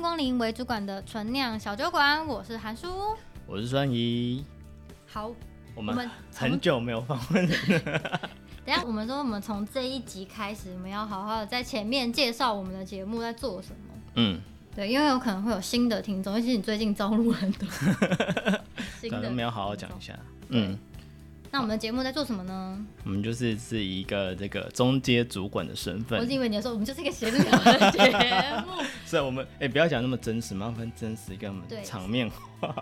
光临为主管的纯酿小酒馆，我是韩叔。我是双怡，好，我我们们很久没有访问了，等一下我们说，我们从这一集开始，我们要好好的在前面介绍我们的节目在做什么。嗯，对，因为有可能会有新的听众，尤其你最近招录很多新可的，能没有好好讲一。下，嗯，那我们的节目在做什么呢？我们就是是一个这个中阶主管的身我一份直，以为你要说我们就是一个闲聊的节目，所以我们哎、不要讲那么真实，麻烦真实跟我们对场面，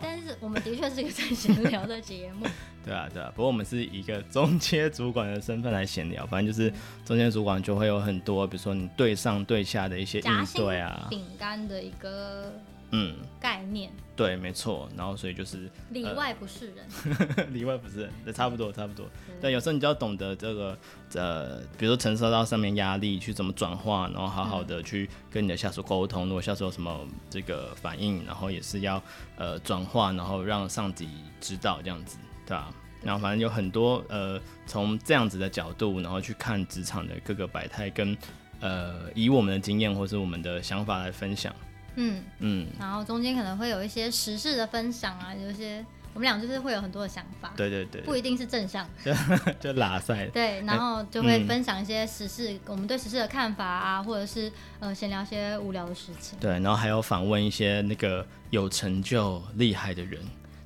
但是我们的确是一个在闲聊的节目。对啊对啊，不过我们是以一个中阶主管的身份来闲聊，反正就是中间主管就会有很多，比如说你对上对下的一些夹应心对啊，饼干的一个嗯，概念，对，没错，然后所以就是里外不是人。里外不是人，对，差不多差不多。对，有时候你就要懂得这个呃，比如说承受到上面压力，去怎么转化，然后好好的去跟你的下属沟通。如果下属有什么这个反应，然后也是要呃转化，然后让上级知道这样子，对吧、然后反正有很多呃，从这样子的角度，然后去看职场的各个百态，跟呃以我们的经验或是我们的想法来分享。嗯，嗯，然后中间可能会有一些时事的分享啊，有一些我们俩就是会有很多的想法，对对对，不一定是正向， 就拉塞。对，然后就会嗯分享一些时事，我们对时事的看法啊，或者是呃闲聊一些无聊的事情。对，然后还有访问一些那个有成就、厉害的人，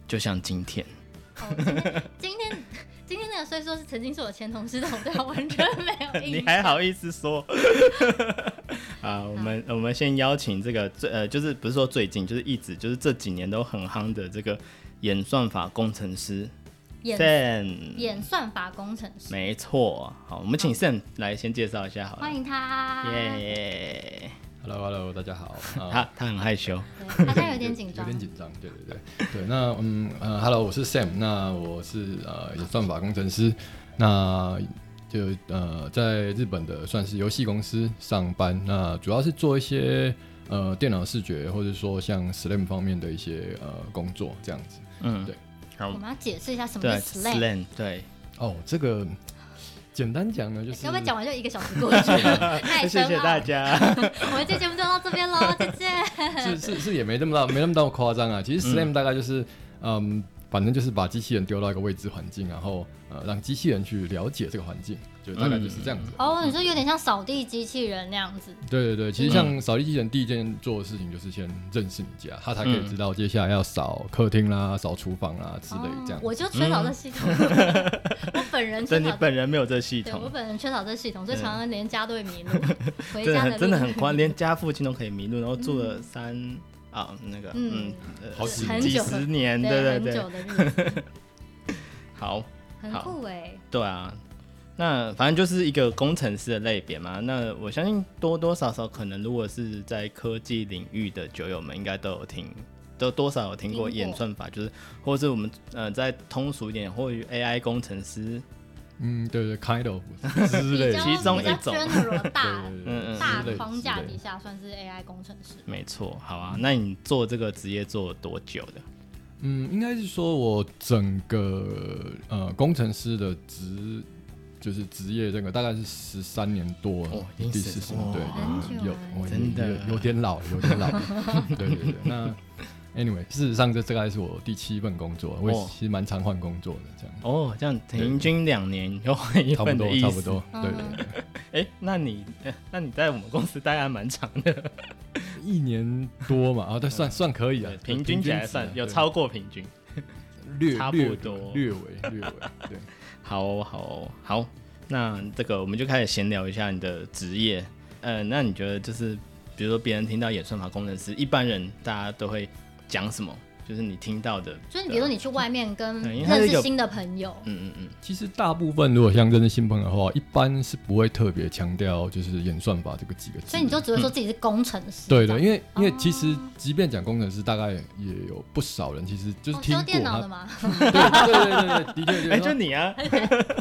就像今天。哦，今天今天 今天那个虽说是曾经是我前同事，但我对他完全没有印 你象。还好意思 说？啊，我们我们先邀请这个最呃，就是不是说最近，就是一直就是这几年都很夯的这个演算法工程师演 Sam，演算法工程师，没错。好，我们请 Sam 来先介绍一下好了欢。迎他。耶、 Hello Hello，大家 好。他啊，他很害羞，对他现在有点紧张有，点紧张，对对对对。那嗯呃，Hello，我是 Sam，那我是呃也算法工程师，那就呃在日本的算是游戏公司上班，那主要是做一些呃电脑视觉或者说像 SLAM 方面的一些呃工作这样子。嗯，对，我好，们要解释一下什么对啊是 slang。 ，Slam，对，哦，这个简单讲呢，就是哎要不要讲完就一个小时过去 了？太深谢奥谢大了。家。 我们这节目就到这边喽，再见。是是是也没那么大，没那么大夸张啊。其实 slam 大概就是，嗯反正就是把机器人丢到一个未知环境，然后呃，让机器人去了解这个环境，就大概就是这样子。哦，你说有点像扫地机器人那样子，对对对，其实像扫地机器人第一件做的事情就是先认识你家，他才可以知道接下来要扫客厅啦、扫厨房啦之类哦这样。我就缺少这系统， 我本人缺嗯但你少。本人没有这系对，我统，嗯本人缺少这系统，所以常常连家都会 迷路，回真的家很真的路很 宽，连家附近都可以迷路，然后住了三啊那个嗯嗯呃好几很几久十年，对对很对久对，的日子，好，很好酷哎。对啊。那反正就是一个工程师的类别嘛。那我相信多多少少可能，如果是在科技领域的酒友们，应该都有听，都多少有听过听过演算法，就是或者是我们呃再通俗一点，或者 AI 工程师，嗯，对对，kind of 之类比的，较其中比较一种 general 大嗯大框架底下算是 AI 工程师，没错。好啊，那你做这个职业做多久的？嗯，应该是说我整个呃工程师的职就是职业这个大概是十三年多了，哦已经第十四十年对嗯哇很久有欸我真的有有点老，有点老， 对对对。那 anyway，事实上这大概是我第七份工作，我也哦其实蛮常换工作的，这样哦，这样平均两年又换一差不份的多意差思不多，对对对，哎、那你，呃那你在我们公司待还蛮长的，一年多嘛，啊，对，算算可以啊，哦 平均起来算值啊有对超过平均。略差不略多略微略微，对。好哦、好哦、好，那这个我们就开始闲聊一下你的职业。呃，那你觉得就是，比如说别人听到演算法工程师，一般人大家都会讲什么？就是你听到的，就是比如说你去外面跟啊对因为它是认一识个新的朋友，嗯嗯嗯，其实大部分如果像认识新朋友的话，一般是不会特别强调就是演算法这个几个字。所以你就只会嗯说自己是工程师。对这样对，因为因为其实即便讲工程师，大概也有不少人其实就是哦听修过电脑的他，嘛，对对 对对对，的确哎、的就确，你啊，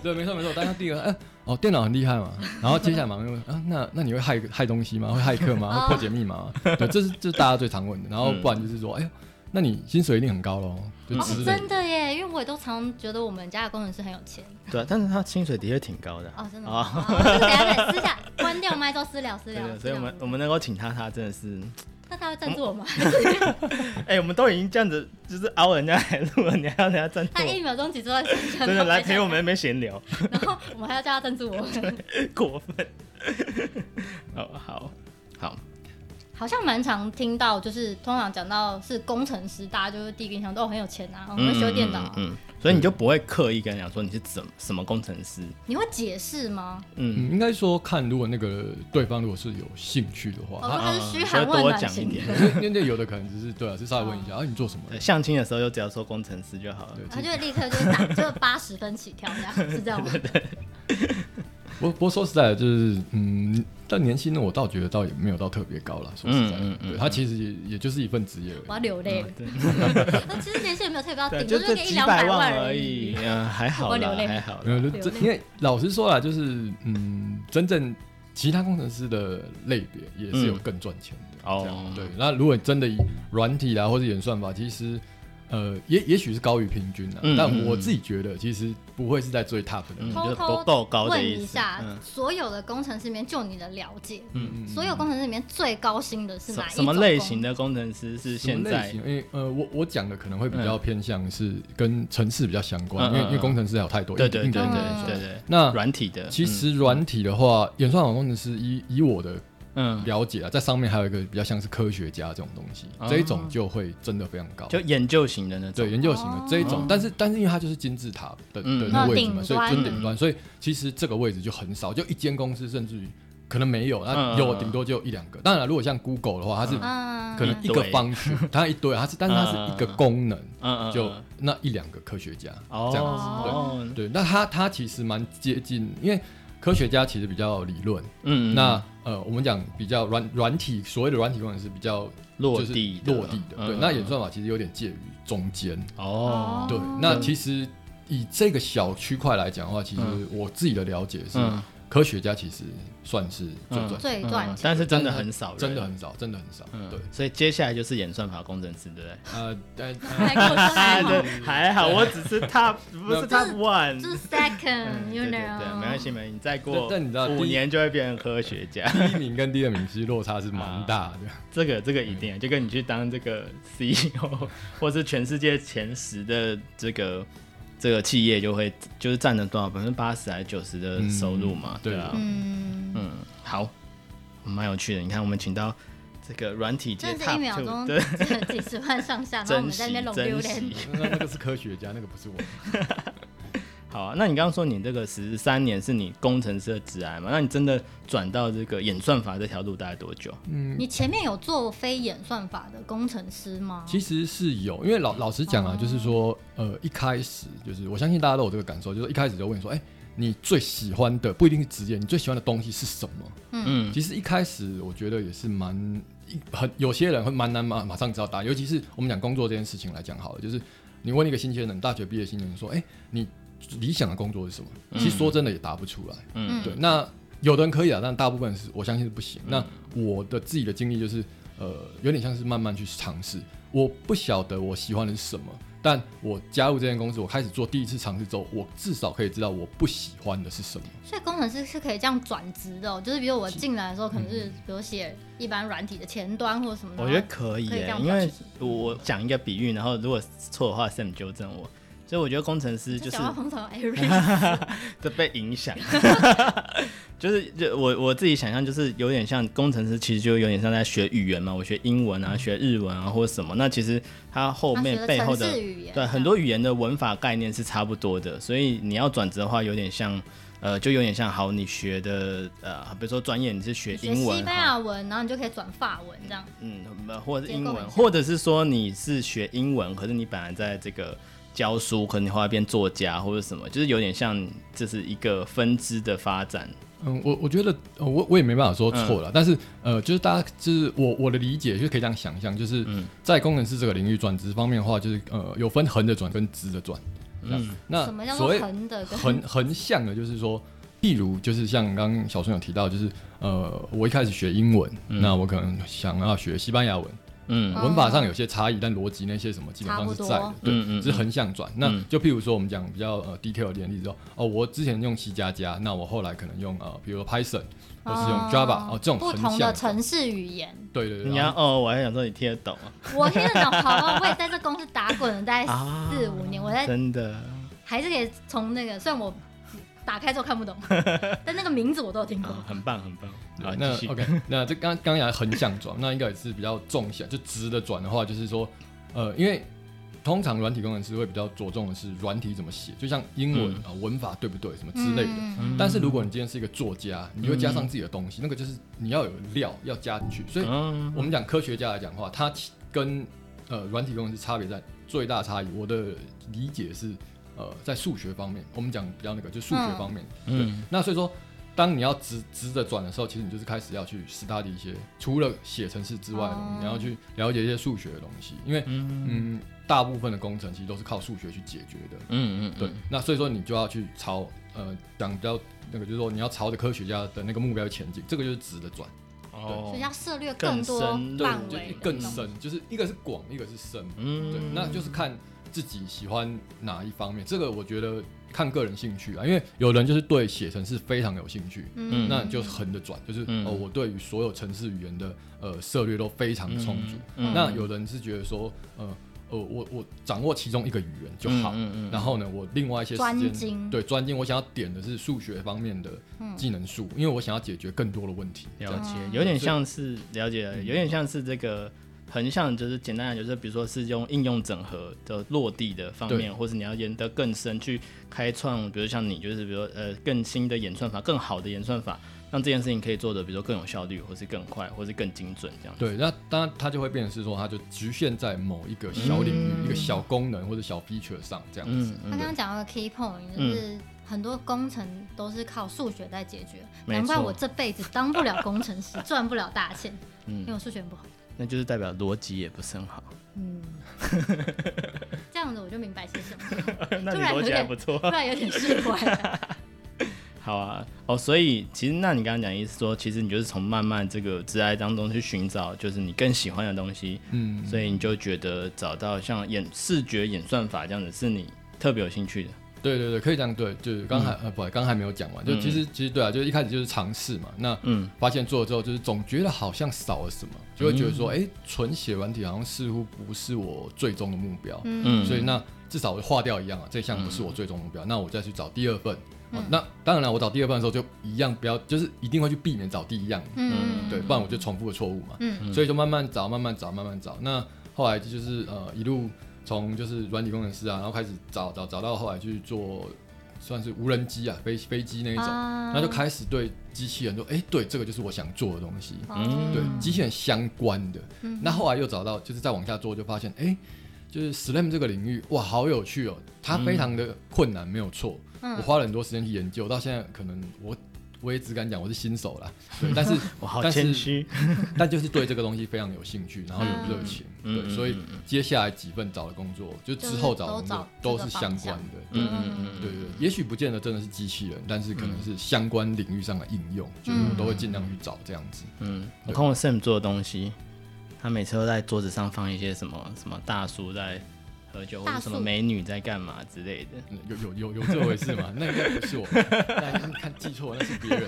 对没错没错。但他第一个，哎哦，电脑很厉害嘛，然后接下来 马上就问啊，那那你会害害东西吗？会骇客吗？哦会破解密码吗？对，这是这是大家最常问的。然后嗯不然就是说，哎呦，那你薪水一定很高喽，就哦之类真的耶，因为我也都常觉得我们家的工程师很有钱对啊，但是他薪水的确挺高的哦，真的吗。啊好这个等一下再私下关掉麦之后私聊私对聊的，，私所以聊我们我们能够请他，他真的是那他会赞助我吗？哎、我们都已经这样子，就是凹人家来录了，你还要人家赞助他一我？秒钟几多真 真的来陪我们那边闲聊，然后我们还要叫他赞助我 们，过分。哦，好好，好像蛮常听到，就是通常讲到是工程师，大家就是第一个印象都哦很有钱啊，很会修电脑啊。嗯嗯嗯嗯所以你就不会刻意跟人讲说你是怎什么工程师，你会解释吗？嗯，嗯，应该说看，如果那个对方如果是有兴趣的哦，话，他是嘘寒嗯问多暖讲一型点的，他 那那有的可能只是对啊，是稍微问一下，啊，你做什么的哦对，？相亲的时候就只要说工程师就好了。对，他就会立刻就打就八十分起跳这样，是这样 嗯吗？不不过说实在的，就是嗯，但年薪呢，我倒觉得倒也没有到特别高啦。说实在的，嗯嗯嗯对，它其实也也就是一份职业而已我要流泪了。对那其实年薪也没有特别高，对，顶就多就这是个一几两百万万而已，。嗯，还好我流啦，泪还好啦没。有，就流这泪因为老实说啦，就是嗯，真正其他工程师的类别也是有嗯更赚钱的。这哦样，对，那如果真的以软体啦或者演算法，其实呃也也许是高于平均啦，嗯但我自己觉得其实不会是在最 top 的那嗯种。偷就是偷不够高的问意思一下嗯，所有的工程师里面，就你的了解，嗯所有工程师里面最高薪的是什哪一什么类型的？的工程师是什现么类在型？？因为呃，我我讲的可能会比较偏向是跟城市比较相关，嗯因为嗯嗯因为工程师还有太多。对对硬对件对工程嗯师对对，那软体的。啊其嗯实软体的话，演算法工程师以以我的嗯，了解啊，在上面还有一个比较像是科学家这种东西，哦这一种就会真的非常高。就研究型的那种对。研究型哦的这一种，但是但是因为它就是金字塔的嗯的那个位置嘛，嗯所以顶就端顶端，所以其实这个位置就很少，就一间公司甚至于可能没有，嗯嗯那嗯有顶多就一两个。当然了，如果像 Google 的话，它是嗯，可能一一个堆方区，它一堆，它是但是它是一个嗯嗯嗯功能，嗯嗯，就嗯那一两个科学家哦这样子。哦，对，那它它其实蛮接近，因为科学家其实比较理论，嗯，那呃，我们讲比较软软体，所谓的软体工程是比较落就是地落地的，嗯对。嗯那嗯演算法其实有点介于中间，哦，对哦。那其实以这个小区块来讲的话，其实我自己的了解是嗯，科学家其实算是最最赚钱赚钱，嗯但是真的很少，真的。很少，真的很少。嗯对，，所以接下来就是演算法工程师，对不对？呃，但 太过分啊，了 对，还好，我只是 top，不是 top one，就是嗯 second，you 对对对， know，没关系，没关系，你再过但但你知道第一五年就会变成科学家， 第一名跟第二名其实落差是蛮大的。这个这个一嗯定，就跟你去当这个 CEO 或是全世界前十的这个这个企业，就会就是占了多少百分之八十还是九十的收入嘛，嗯对啊，嗯，嗯，好，蛮有趣的。你看，我们请到这个软体界真的是 top 一秒 two，钟对，几十万上下，然后我珍们在那边拢榴惜 珍莲惜。 那那个是科学家，那个不是我。好啊，那你刚刚说你这个十三年是你工程师的职涯嘛？那你真的转到这个演算法这条路大概多久？ 你前面有做非演算法的工程师吗？其实是有，因为老老实讲啊，就是说，呃，一开始就是我相信大家都有这个感受，就是一开始就问说，哎、你最喜欢的不一定是职业，你最喜欢的东西是什么？嗯其实一开始我觉得也是蛮一很有些人会蛮难马马上知道答案，尤其是我们讲工作这件事情来讲好了，就是你问一个新鲜人，大学毕业新人说，哎、你理想的工作是什么？其实说真的也答不出来。嗯对，那有的人可以啊，但大部分是我相信是不行。那我的自己的经历就是，呃，有点像是慢慢去尝试。我不晓得我喜欢的是什么，但我加入这间公司，我开始做第一次尝试之后，我至少可以知道我不喜欢的是什么。所以工程师是可以这样转职的、哦，就是比如我进来的时候，可能是比如写一般软体的前端或者什么的。我觉得可以可以这耶、样因表为示我我讲一个比喻，然后如果错的话，Sam 纠正我。所以我觉得工程师就是想要红头哎 Eric，这被影响， 就是就我我自己想象，就是有点像工程师，其实就有点像在学语言嘛，我学英文啊，学日文啊，或者什么。那其实它后嗯他学面的背后城的市语言，啊对，很多语言的文法概念是差不多的，所以你要转职的话，有点像，呃，就有点像好，你学的呃，比如说专业你是学你学英西文班哈，牙文，然后你就可以转法文这样。嗯，或者是英结构文，很像或者是说你是学英文，可是你本来在这个教书，可能你后来变作家或者什么，就是有点像这是一个分支的发展，嗯，我我觉得、呃我我也没办法说错了，但是呃，就是大家就是我我的理解就可以这样想象，就是在工程师这个领域转职方面的话，就是呃有分横的转跟直的转。嗯，那什么叫做所谓横的跟哦横横向的，就是说，譬如就是像刚刚小孙有提到，就是呃，我一开始学英文，那我可能想要学西班牙文，嗯哦文法上有些差异，但逻辑那些什么基本上是在差的不，多对，嗯嗯嗯只是横向转。那嗯就譬如说我们讲比较呃 detail 一点的例子哦，哦，我之前用 C 加加，那我后来可能用呃，比如说 Python 或是用 Java 哦，这种不横同向的转城市语言，对对对，你然要后哦，我还想说你听得懂我听得懂，好吗？我也在这公司打滚了大概啊，嗯四五年，我在真的，还是可以从那个，虽然我打开之后看 不懂，但那个名字我都有听过。啊很棒很棒，好对那继续， OK，那这刚刚讲横向转，那应该也是比较纵向，就直的转的话，就是说，呃，因为通常软体工程师会比较着重的是软体怎么写，就像英文啊、呃文法对不对什么之类的。嗯嗯但是如果你今天是一个作家，你会加上自己的东西，那个就是你要有料要加进去。所以嗯我们讲科学家来讲的话，他其跟呃软体工程师差别在最大差异，我的理解是呃在数学方面，我们讲比较那个就数学方面，对嗯，那所以说，当你要直直着转的时候，其实你就是开始要去 study 一些除了写程式之外的东西，哦你要去了解一些数学的东西，因为嗯大部分的工程其实都是靠数学去解决的。嗯嗯对，那所以说你就要去朝呃讲比较那个，就是说你要朝着科学家的那个目标前进，这个就是直的转，所哦以，要涉猎更多深对范，就围的更东西。深，就是一个是广，一个是深，对嗯，，那就是看自己喜欢哪一方面，这个我觉得看个人兴趣啊，因为有人就是对写程式非常有兴趣，嗯那你就横着转，就是、嗯哦，我对于所有城市语言的呃涉略都非常充足。嗯那有人是觉得说，呃，呃，我我掌握其中一个语言就好，嗯嗯嗯然后呢，我另外一些时专间精对专精，我想要点的是数学方面的技能树，因为我想要解决更多的问题。这了样解嗯，有点像是了解了，有点像是这个横向，就是简单的，就是比如说是用应用整合的落地的方对面，或是你要研得更深，去开创，比如像你就是比如说呃更新的演算法，更好的演算法，让这件事情可以做的，比如说更有效率，或是更快，或是更精准这样子。对，那当然它就会变成是说，它就局限在某一个小领域、一个小功能或者小 feature 上这样子。嗯他刚嗯，刚讲到的 key point 就是很多工程都是靠数学在解决，没错难怪我这辈子当不了工程 师，赚不了大钱，嗯因为我数学很不好。那就是代表逻辑也不是很好。 嗯，这样子我就明白是什么，那突你然有逻辑还点不错。不然有点释 怀了。好啊，哦，所以其实那你刚刚讲的意思说，其实你就是从慢慢这个挚爱当中去寻找，就是你更喜欢的东西，嗯，所以你就觉得找到像演视觉演算法这样子是你特别有兴趣的。对对对，可以这样对，就是刚嗯才、呃不，刚刚还没有讲完，就其实、其实对啊，就是一开始就是尝试嘛，那嗯发现做了之后，就是总觉得好像少了什么，就会觉得说，嗯哎、纯写软体好像似乎不是我最终的目标，嗯，所以那至少我划掉一样啊，这项不是嗯我最终目标，那我再去找第二份。哦、那当然了，我找第二份的时候就一样，不要就是一定会去避免找第一样，嗯，对，不然我就重复了错误嘛。嗯所以就慢慢找，慢慢找，慢慢找。那后来就是呃一路从就是软体工程师啊，然后开始找找找到后来去做算是无人机啊，飞飞机那一种，啊那就开始对机器人说，哎、对，这个就是我想做的东西。嗯嗯对机器人相关的。嗯那后来又找到，就是再往下做，就发现哎、诶就是 SLAM 这个领域哇，好有趣哦，它非常的困难，没有错。嗯我花了很多时间去研究，到现在可能我我也只敢讲我是新手啦，对，但是我好但是谦虚。但就是对这个东西非常有兴趣，然后嗯有热情，嗯对，嗯所以嗯接下来几份找的工作，就之后找的工作就是都找都是相这个关方的，对嗯嗯嗯对对，也许不见得真的是机器人，但是可能是相关领域上的应用，就是嗯我都会尽量去找这样子。嗯，我看过 Sam 做的东西，他每次都在桌子上放一些什么什么大叔在喝酒，或大者叔什么美女在干嘛之类的。嗯有有有有这回事吗？那应该不是 我，那你看记错，那是别人。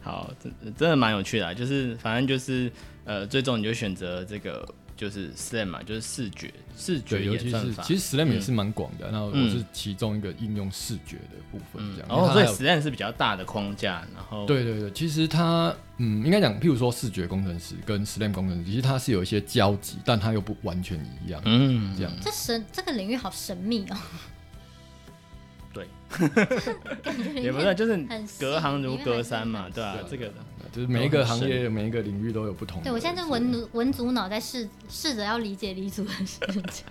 好，真真的蛮有趣的、啊，就是反正就是呃，最终你就选择这个就是 SLAM 嘛，就是视觉视觉对，尤演其算是法。其实实 SLAM 也是蛮广的，那我嗯是其中一个应用视觉的部分，这样。因为哦，它所以还有 SLAM 是比较大的框架，然后对对对，其实它嗯，应该讲，譬如说视觉工程师跟 SLAM 工程师，其实它是有一些交集，但它又不完全一样。嗯这样，这神这个领域好神秘哦，对，感觉 也不是，啊就是很细隔行如隔山嘛，里对啊很，这个就是每一个行业、每一个领域都有不同 的。对我现在在文族文族脑在试试着要理解黎族的事情。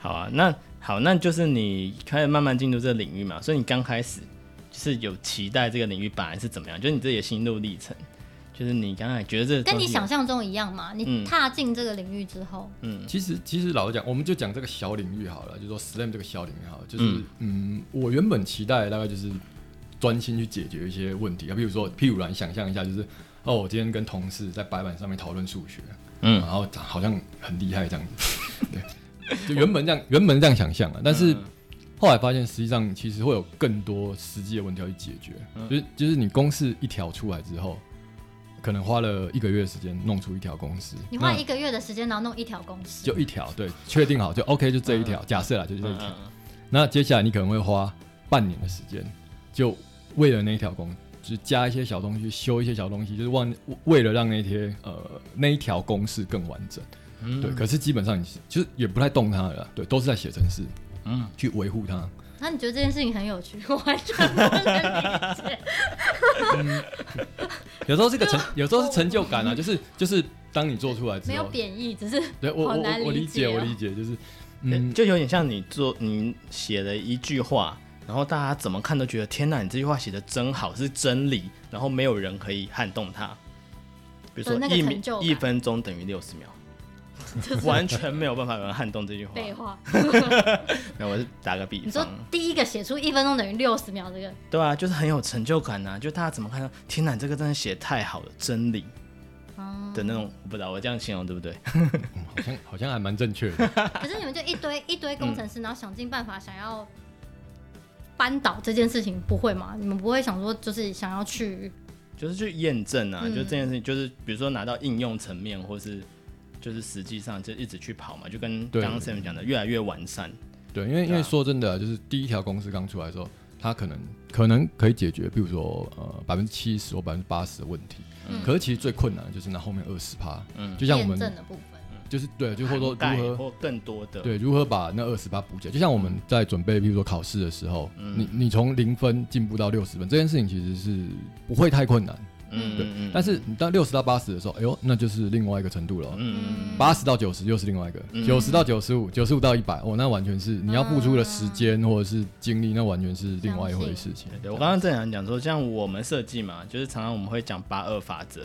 好啊。那好，那就是你开始慢慢进入这个领域嘛，所以你刚开始就是有期待这个领域本来是怎么样，就是你自己的心路历程，就是你刚才觉 得这个跟东你西想象中一样嘛？你嗯踏进这个领域之后，嗯其实其实老实讲，我们就讲这个小领域好了，就说 SLAM 这个小领域好了，就是嗯嗯我原本期待的大概就是专心去解决一些问题啊，比如说，譬如然想象一下，就是哦，我今天跟同事在白板上面讨论数学，嗯然后好像很厉害这样 子，对，就原本这样原本这样想象啊，但是嗯后来发现实际上其实会有更多实际的问题要去解决，嗯就是就是你公式一条出来之后，可能花了一个月时间弄出一条公式，你花那一个月的时间，然后弄一条公式，就一条，对，确定好就 OK，就这一条，假设啦，就这一嗯条。嗯那接下来你可能会花半年的时间，就为了那一条公，就是加一些小东西，修一些小东西，就是忘为了让那些呃那一条公式更完整。嗯对，可是基本上你是就是也不太动它了啦，对，都是在写程式嗯，去维护它。那你觉得这件事情很有趣？ 我完全不 能理解。有时候这个成，有时候是成就感啊，就是就是当你做出来之没有后，贬义，只是对我好我难我我理解解哦我理解，就是嗯，嗯，就有点像你做你写了一句话，然后大家怎么看都觉得天哪，你这句话写的真好，是真理，然后没有人可以撼动它。比如有嗯那说个一成秒就感一分钟等于六 十秒，完全没有办法有人撼动这句话。 废话。那我是打个比你说方，嗯第一个写出一分钟等于六十秒，这 个对啊，就是很有成就感呐、啊就大家怎么看到天哪，你这个真的写得太好了，真理嗯，的那种，我不知道我这样形容对不对？嗯好像好像还蛮正确的。可是你们就一堆一堆工程师，然后想尽办法想要扳倒这件事情，不会吗？你们不会想说就是想要去就是去验证啊，嗯就这件事情，就是比如说拿到应用层面，或是就是实际上就一直去跑嘛，就跟对刚刚 Sam 讲的越来越完善。对，因为因对啊为说真的啊，就是第一条公式刚出来的时候，它可能可能可以解决，比如说呃百分之七十或百分之八十的问题。嗯可是其实最困难的就是那后面二十趴，嗯就像我验们证的啊部分？就是对，就或者说涵盖如何或更多的，对如何把那二十趴补起来，就像我们在准备，比如说考试的时候，嗯你你从零分进步到六十分，这件事情其实是不会太困难。嗯，对嗯但是你到六十到八十的时候，哎呦，那就是另外一个程度了哦。嗯八十到九十又是另外一个，九十到九十五，九十五到一百，哦，那完全是你要付出的时间或者是精力，那完全是另外一回事情嗯对。对，我刚刚正想讲说，像我们设计嘛，就是常常我们会讲八二法则，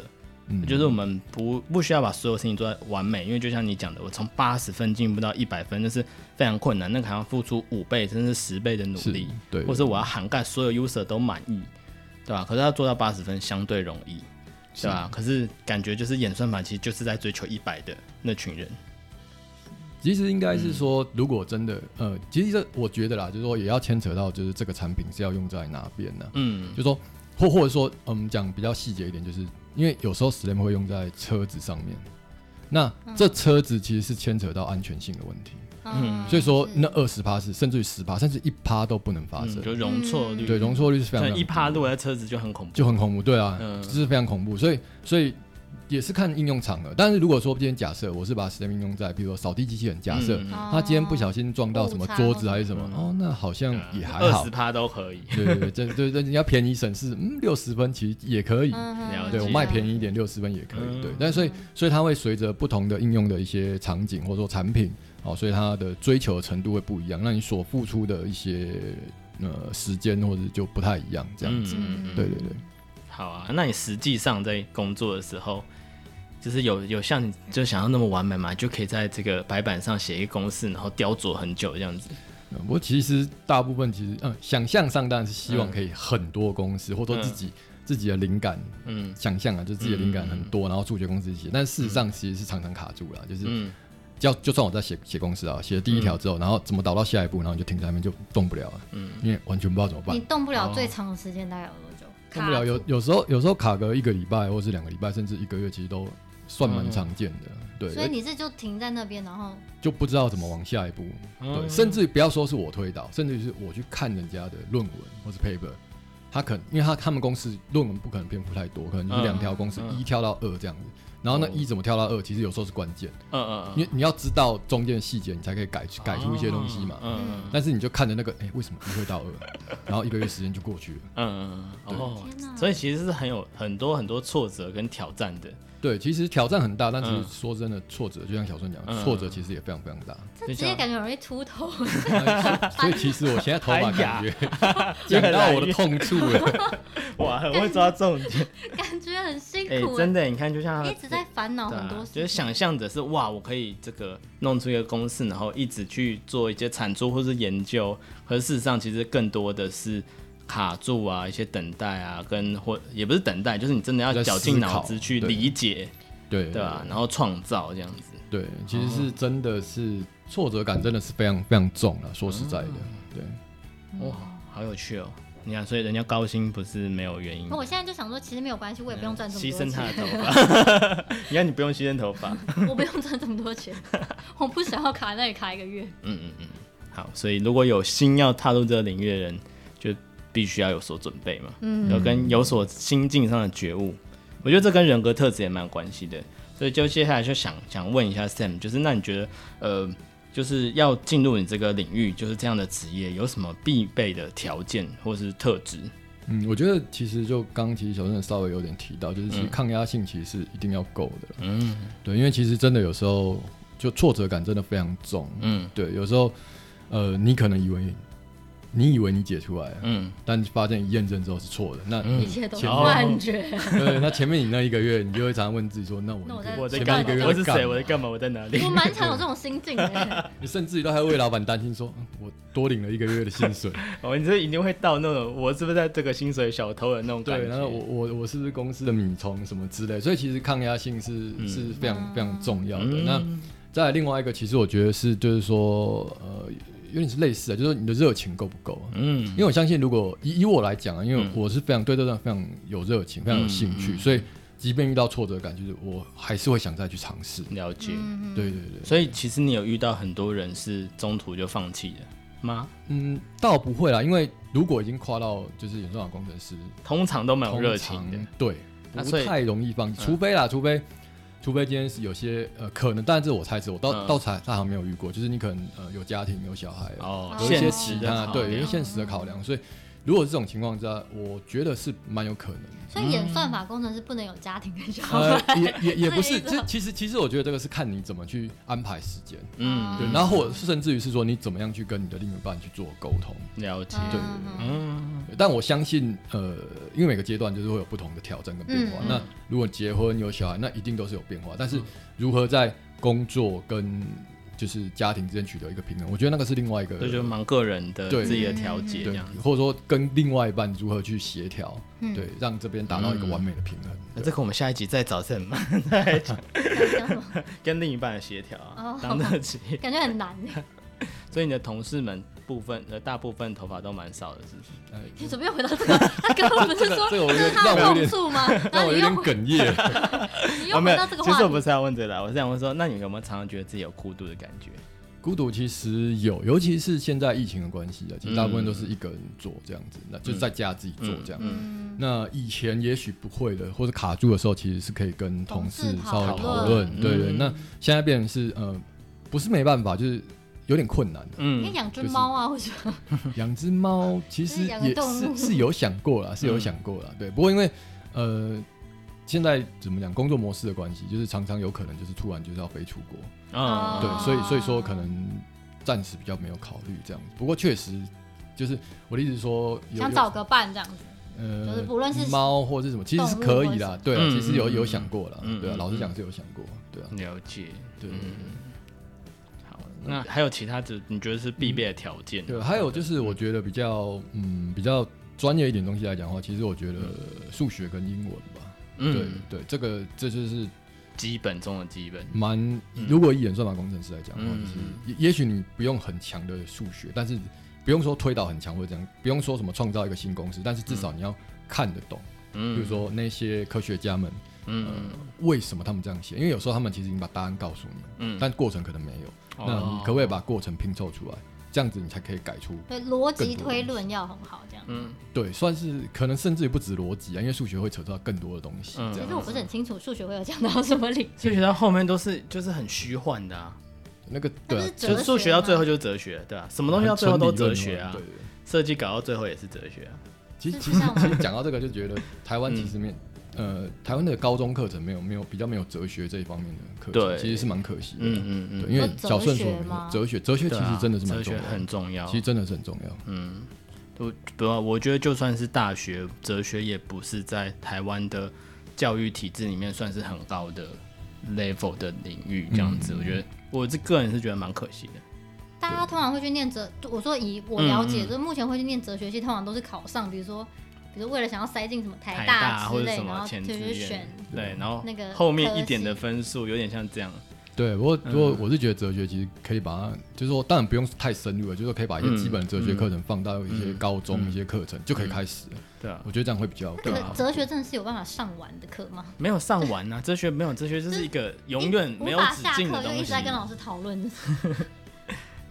嗯就是我们不不需要把所有事情做到完美，因为就像你讲的，我从八十分进步到一百分，那是非常困难，那个还要付出五倍甚至十倍的努是力，对或是我要涵盖所有 user 都满意，对吧？可是要做到八十分相对容易，对吧？可是感觉就是演算法其实就是在追求一百的那群人，其实应该是嗯说，如果真的呃，其实这我觉得啦，就是说也要牵扯到，就是这个产品是要用在哪边呢？嗯就说或或者说，嗯，讲比较细节一点，就是因为有时候 SLAM 会用在车子上面，那这车子其实是牵扯到安全性的问题，嗯，所以说那二十趴是甚至于十趴，甚至一趴都不能发嗯，生。就容错率，对，容错率是非常像非常一趴低的落在车子就很恐怖，就很恐怖，对啊，嗯就是非常恐怖。所以，所以也是看应用场合。但是如果说今天假设我是把 STEM 应用在，比如说扫地机器人，假设、嗯哦他今天不小心撞到什么桌子还是什么，嗯哦，那好像也还二好十。趴都可以，对对对，这对对，你要便宜省事，嗯，六十分其实也可嗯以。了解对我卖便宜一点，六十分也可以。嗯对，但所以所以它会随着不同的应用的一些场景或者说产品，哦，所以它的追求的程度会不一样，那你所付出的一些呃时间或者就不太一样，这样。子嗯对对对。好啊，那你实际上在工作的时候，就是有有像你就想要那么完美嘛，就可以在这个白板上写一个公式，然后雕琢很久这样子。嗯我其实大部分其实嗯，想象上当然是希望可以很多公司，或者说自己、自己的灵感嗯想象啊，就自己的灵感很多，然后数学公司一起写，但事实上其实是常常卡住了，就是。嗯，就就算我在写写公司啊，写了第一条之后，然后怎么导到下一步，然后你就停在那边就动不了了，嗯，因为完全不知道怎么办你，动不了最长的时间大概有多久？哦动不了。有有时候有时候卡个一个礼拜或者是两个礼拜，甚至一个月，其实都算蛮常见的，对，所以你是就停在那边，然后就不知道怎么往下一步。对，甚至不要说是我推导，甚至是我去看人家的论文或是 paper，他可能因为他他们公司论文不可能篇幅太多，可能就是两条公式，嗯一跳到二这样子。然后那哦一怎么跳到二，其实有时候是关键，嗯嗯，因为你要知道中间的细节，你才可以改改出一些东西嘛。嗯但是你就看着那个，哎、为什么一会到 二？然后一个月时间就过去了。嗯嗯嗯，哦，天哪！所以其实是很有很多很多挫折跟挑战的。对，其实挑战很大，但其实嗯说真的，挫折就像小孙讲嗯，挫折其实也非常非常大。这直接感觉容易秃 头。所以其实我现在头发感觉越 讲来到我哎越的痛处了。哇，很会抓 重点。感觉很辛哎、苦、欸真的，你看，就像他一直在烦恼对很啊多事情，就是想象着是哇，我可以这个弄出一个公式，然后一直去做一些产出或是研究。可是事实上，其实更多的是卡住啊，一些等待啊，跟或也不是等待，就是你真的要在绞思尽脑考汁去对理解 对对啊吧？然后创造这样子，对，其实是真的是挫折感真的是非常非常重了，说实在的，嗯对，哇，好有趣哦！你看，所以人家高薪不是没有原因那，我现在就想说，其实没有关系，我也不用赚这么牺多牲他钱，的头发， 你看你不用牺牲头发， 我不用赚这么多钱， 我不想要卡在那里卡一个月。嗯嗯嗯，好，所以如果有心要踏入这个领域的人，就必须要有所准备嘛，嗯，有跟有所心境上的觉悟，我觉得这跟人格特质也蛮有关系的。所以就接下来就想想问一下 Sam，就是那你觉得呃，就是要进入你这个领域，就是这样的职业，有什么必备的条件或是特质？嗯，我觉得其实就刚刚其实小郑稍微有点提到，就是其实抗压性其实是一定要够的，嗯对，因为其实真的有时候就挫折感真的非常重，嗯对，有时候呃，你可能以为你以为你解出来了，嗯，但发现一验证之后是错的，那嗯一切都是前哦幻觉，对，那前面你那一个月，你就会常常问自己说，那那我我在我在前面干一个嘛月？我在是干谁？嘛我在干嘛？我在哪 里？我蛮常有这种心境的。你甚至于都还为老板担心说，嗯我多领了一个月的 薪水，哦，你这一定会到那种我是不是在这个薪水小偷的那种感觉？对，然后我我我是不是公司的米虫什么之类，所以其实抗压性是、是非常非常重要的。嗯那再来另外一个，其实我觉得是就是说，呃，有点是类似的，就是说你的热情够不够啊？嗯因为我相信，如果以以我来讲啊，因为嗯我是非常对这段非常有热情、非常有兴趣，嗯嗯所以即便遇到挫折感，就是我还是会想再去尝试。了解。嗯，对对对，所以其实你有遇到很多人是中途就放弃的吗？嗯，倒不会啦，因为如果已经跨到就是演算法工程师，通常都蛮有热通情常的。对，啊不所以太容易放弃，除非啦，除非除非今天是有些呃可能，但是我猜测，我到、嗯到才大行没有遇过，就是你可能呃有家庭有小孩，哦，有一些现其实他的考对，有一些量嗯现实的考量，所以如果是这种情况之下，我觉得是蛮有可能的。所以演算法工程师不能有家庭跟小孩。 呃，也也也不是，这这个其实其实我觉得这个是看你怎么去安排时间，嗯，对，然后或者是甚至于是说你怎么样去跟你的另一半去做沟通，了解。嗯对嗯对但我相信呃，因为每个阶段就是会有不同的挑战跟变化。嗯那如果结婚有小孩，那一定都是有变化，但是如何在工作跟就是家庭之间取得一个平衡，我觉得那个是另外一个这就蛮个人的对自己的调节这对样子，。或者说跟另外一半如何去协调，嗯对，让这边达到一个完美的平衡。那嗯哎这个我们下一集再找 Sam 再讲在讲什么跟另一半的协调啊哦，当特辑。嗯感觉很难耶。所以你的同事们部分呃大部分头发都蛮少的，是不是？呃你怎么又回到这个？他刚刚不是说这个我这有点 是他的让我有痛点处吗？然让后我你有又点哽咽。你哦又回没有到这个其话实我题不。是要问这个啦，我是想问说，那你有没有常常觉得自己有孤独的感觉？孤独其实有，尤其是现在疫情的关系啊，其实大部分都是一个人做这样子，那就是在家自己做这样。嗯那以前也许不会的，或者卡住的时候，其实是可以跟同事同事稍讨论微讨论。嗯对对，那现在变成是呃，不是没办法，就是有点困难。你看嗯，养只猫啊，我觉得养只猫其实哎养个也动物是是有想过啦，是有想过啦。对，不过因为呃，现在怎么讲，工作模式的关系，就是常常有可能就是突然就是要飞出国，哦对，所以所以说可能暂时比较没有考虑这样子。不过确实就是我的意思是说有，想有找个伴这样子。呃，就是不论是猫或是什么，其实是可以啦。对啊，嗯其实有嗯有想过啦。嗯对啊，嗯老实讲是有想过。对啊，了解，对对对嗯好，那还有其他的你觉得是必备的条件？对，还有就是我觉得比较嗯比较专业一点东西来讲的话，其实我觉得数学跟英文吧。对嗯，对，这个这就是基本中的基本，蛮，如果以演算法工程师来讲的话，嗯就是也也许你不用很强的数学，但是不用说推导很强或者这样，不用说什么创造一个新公式，但是至少你要看得懂，比嗯，如，说那些科学家们嗯为什么他们这样写，因为有时候他们其实已经把答案告诉你，嗯，但过程可能没有，哦那你可不可以把过程拼凑出来？这样子你才可以改出对，逻辑更多推论要很好，这样。嗯，对，算是可能甚至于不止逻辑啊，因为数学会扯到更多的东西。嗯这其样实我不是很清楚数学会有讲到什么理，数学到后面都是就是很虚幻的啊，那个它对就啊是，就哲是数学嘛到最后就是哲学，对吧？什么东西到最后都哲学啊对，对对设计搞到最后也是哲学啊，其实是嗯其实这样吗其实讲到这个，就觉得台湾其实没、呃，台湾的高中课程没有没有比较没有哲学这一方面的课程，对其实是蛮可惜的。嗯嗯对，嗯，因为说小顺哲所学没吗有哲学，哲学其对啊实真的是蛮哲重学要的，很重要其，实真的是很重要。嗯。都不要，我觉得就算是大学哲学，也不是在台湾的教育体制里面算是很高的 level 的领域，这样子，我觉得我这个人是觉得蛮可惜的。大家通常会去念哲，我说以我了解，嗯嗯就是目前会去念哲学系，通常都是考上，比如说比如为了想要塞进什么台台大或之者类，什然么后就前去志选愿，对，然后那个后面科一点的系分数有点像这样，对，不过嗯不过我是觉得哲学其实可以把它，就是说当然不用太深入了，就是说可以嗯把一些基本哲学课程放到一些高中一些课程就可以开始了。对啊，我觉得这样会比较那更个好。哲学真的是有办法上完的课吗？没有上完啊，哲学没有哲学就是一个永远无没有法止下境的课，又一东直西。在跟老师讨论，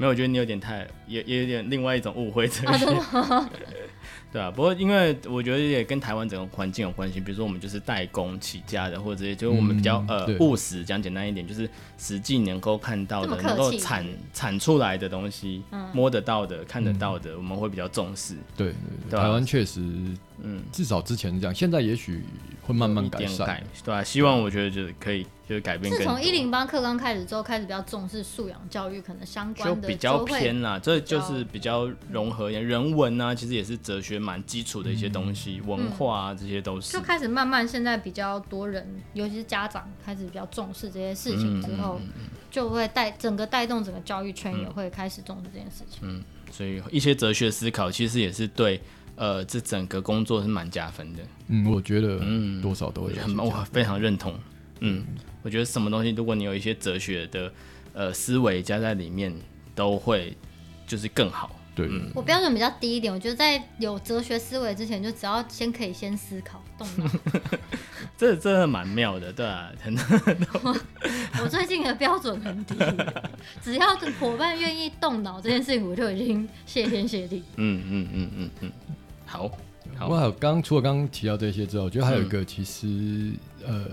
没有，我觉得你有点太，也也有点另外一种误会哲啊学。 对啊，不过因为我觉得也跟台湾整个环境有关系，比如说我们就是代工起家的，或者就是我们比较、嗯呃对务实，讲简单一点，就是实际能够看到这么的、客气能够产产出来的东西，嗯摸得到的、看得到嗯的，我们会比较重视。对，对对对啊台湾确实嗯，至少之前是这样，现在也许会慢慢一改点善。改，对啊，希望我觉得就是可以，就是改 变自更多。从一零八课纲开始之后，开始比较重视素养教育，可能相就关的比较会偏啦，这就是比较融合一点人文啊，其实也是哲学蛮基础的一些东西，嗯文化啊这些都是就。开始慢慢现在比较多人，尤其是家长开始比较重视这些事情之嗯后，就会带整个带动整个教育圈也会开始重视这件事情。所以一些哲学思考其实也是对呃这整个工作是蛮加分的，嗯，我觉得嗯多少都我会觉有得些很我非常认同。嗯，我觉得什么东西，如果你有一些哲学的呃思维加在里面，都会就是更好。对，嗯我标准比较低一点，我觉得在有哲学思维之前，就只要先可以先思考动脑。这真的蛮妙的，对啊，很我最近的标准很低，只要伙伴愿意动脑这件事情，我就已经谢天谢地。嗯嗯嗯嗯嗯， 好，好嗯不过还有刚除了刚刚提到这些之后，我觉得还有一个其实、呃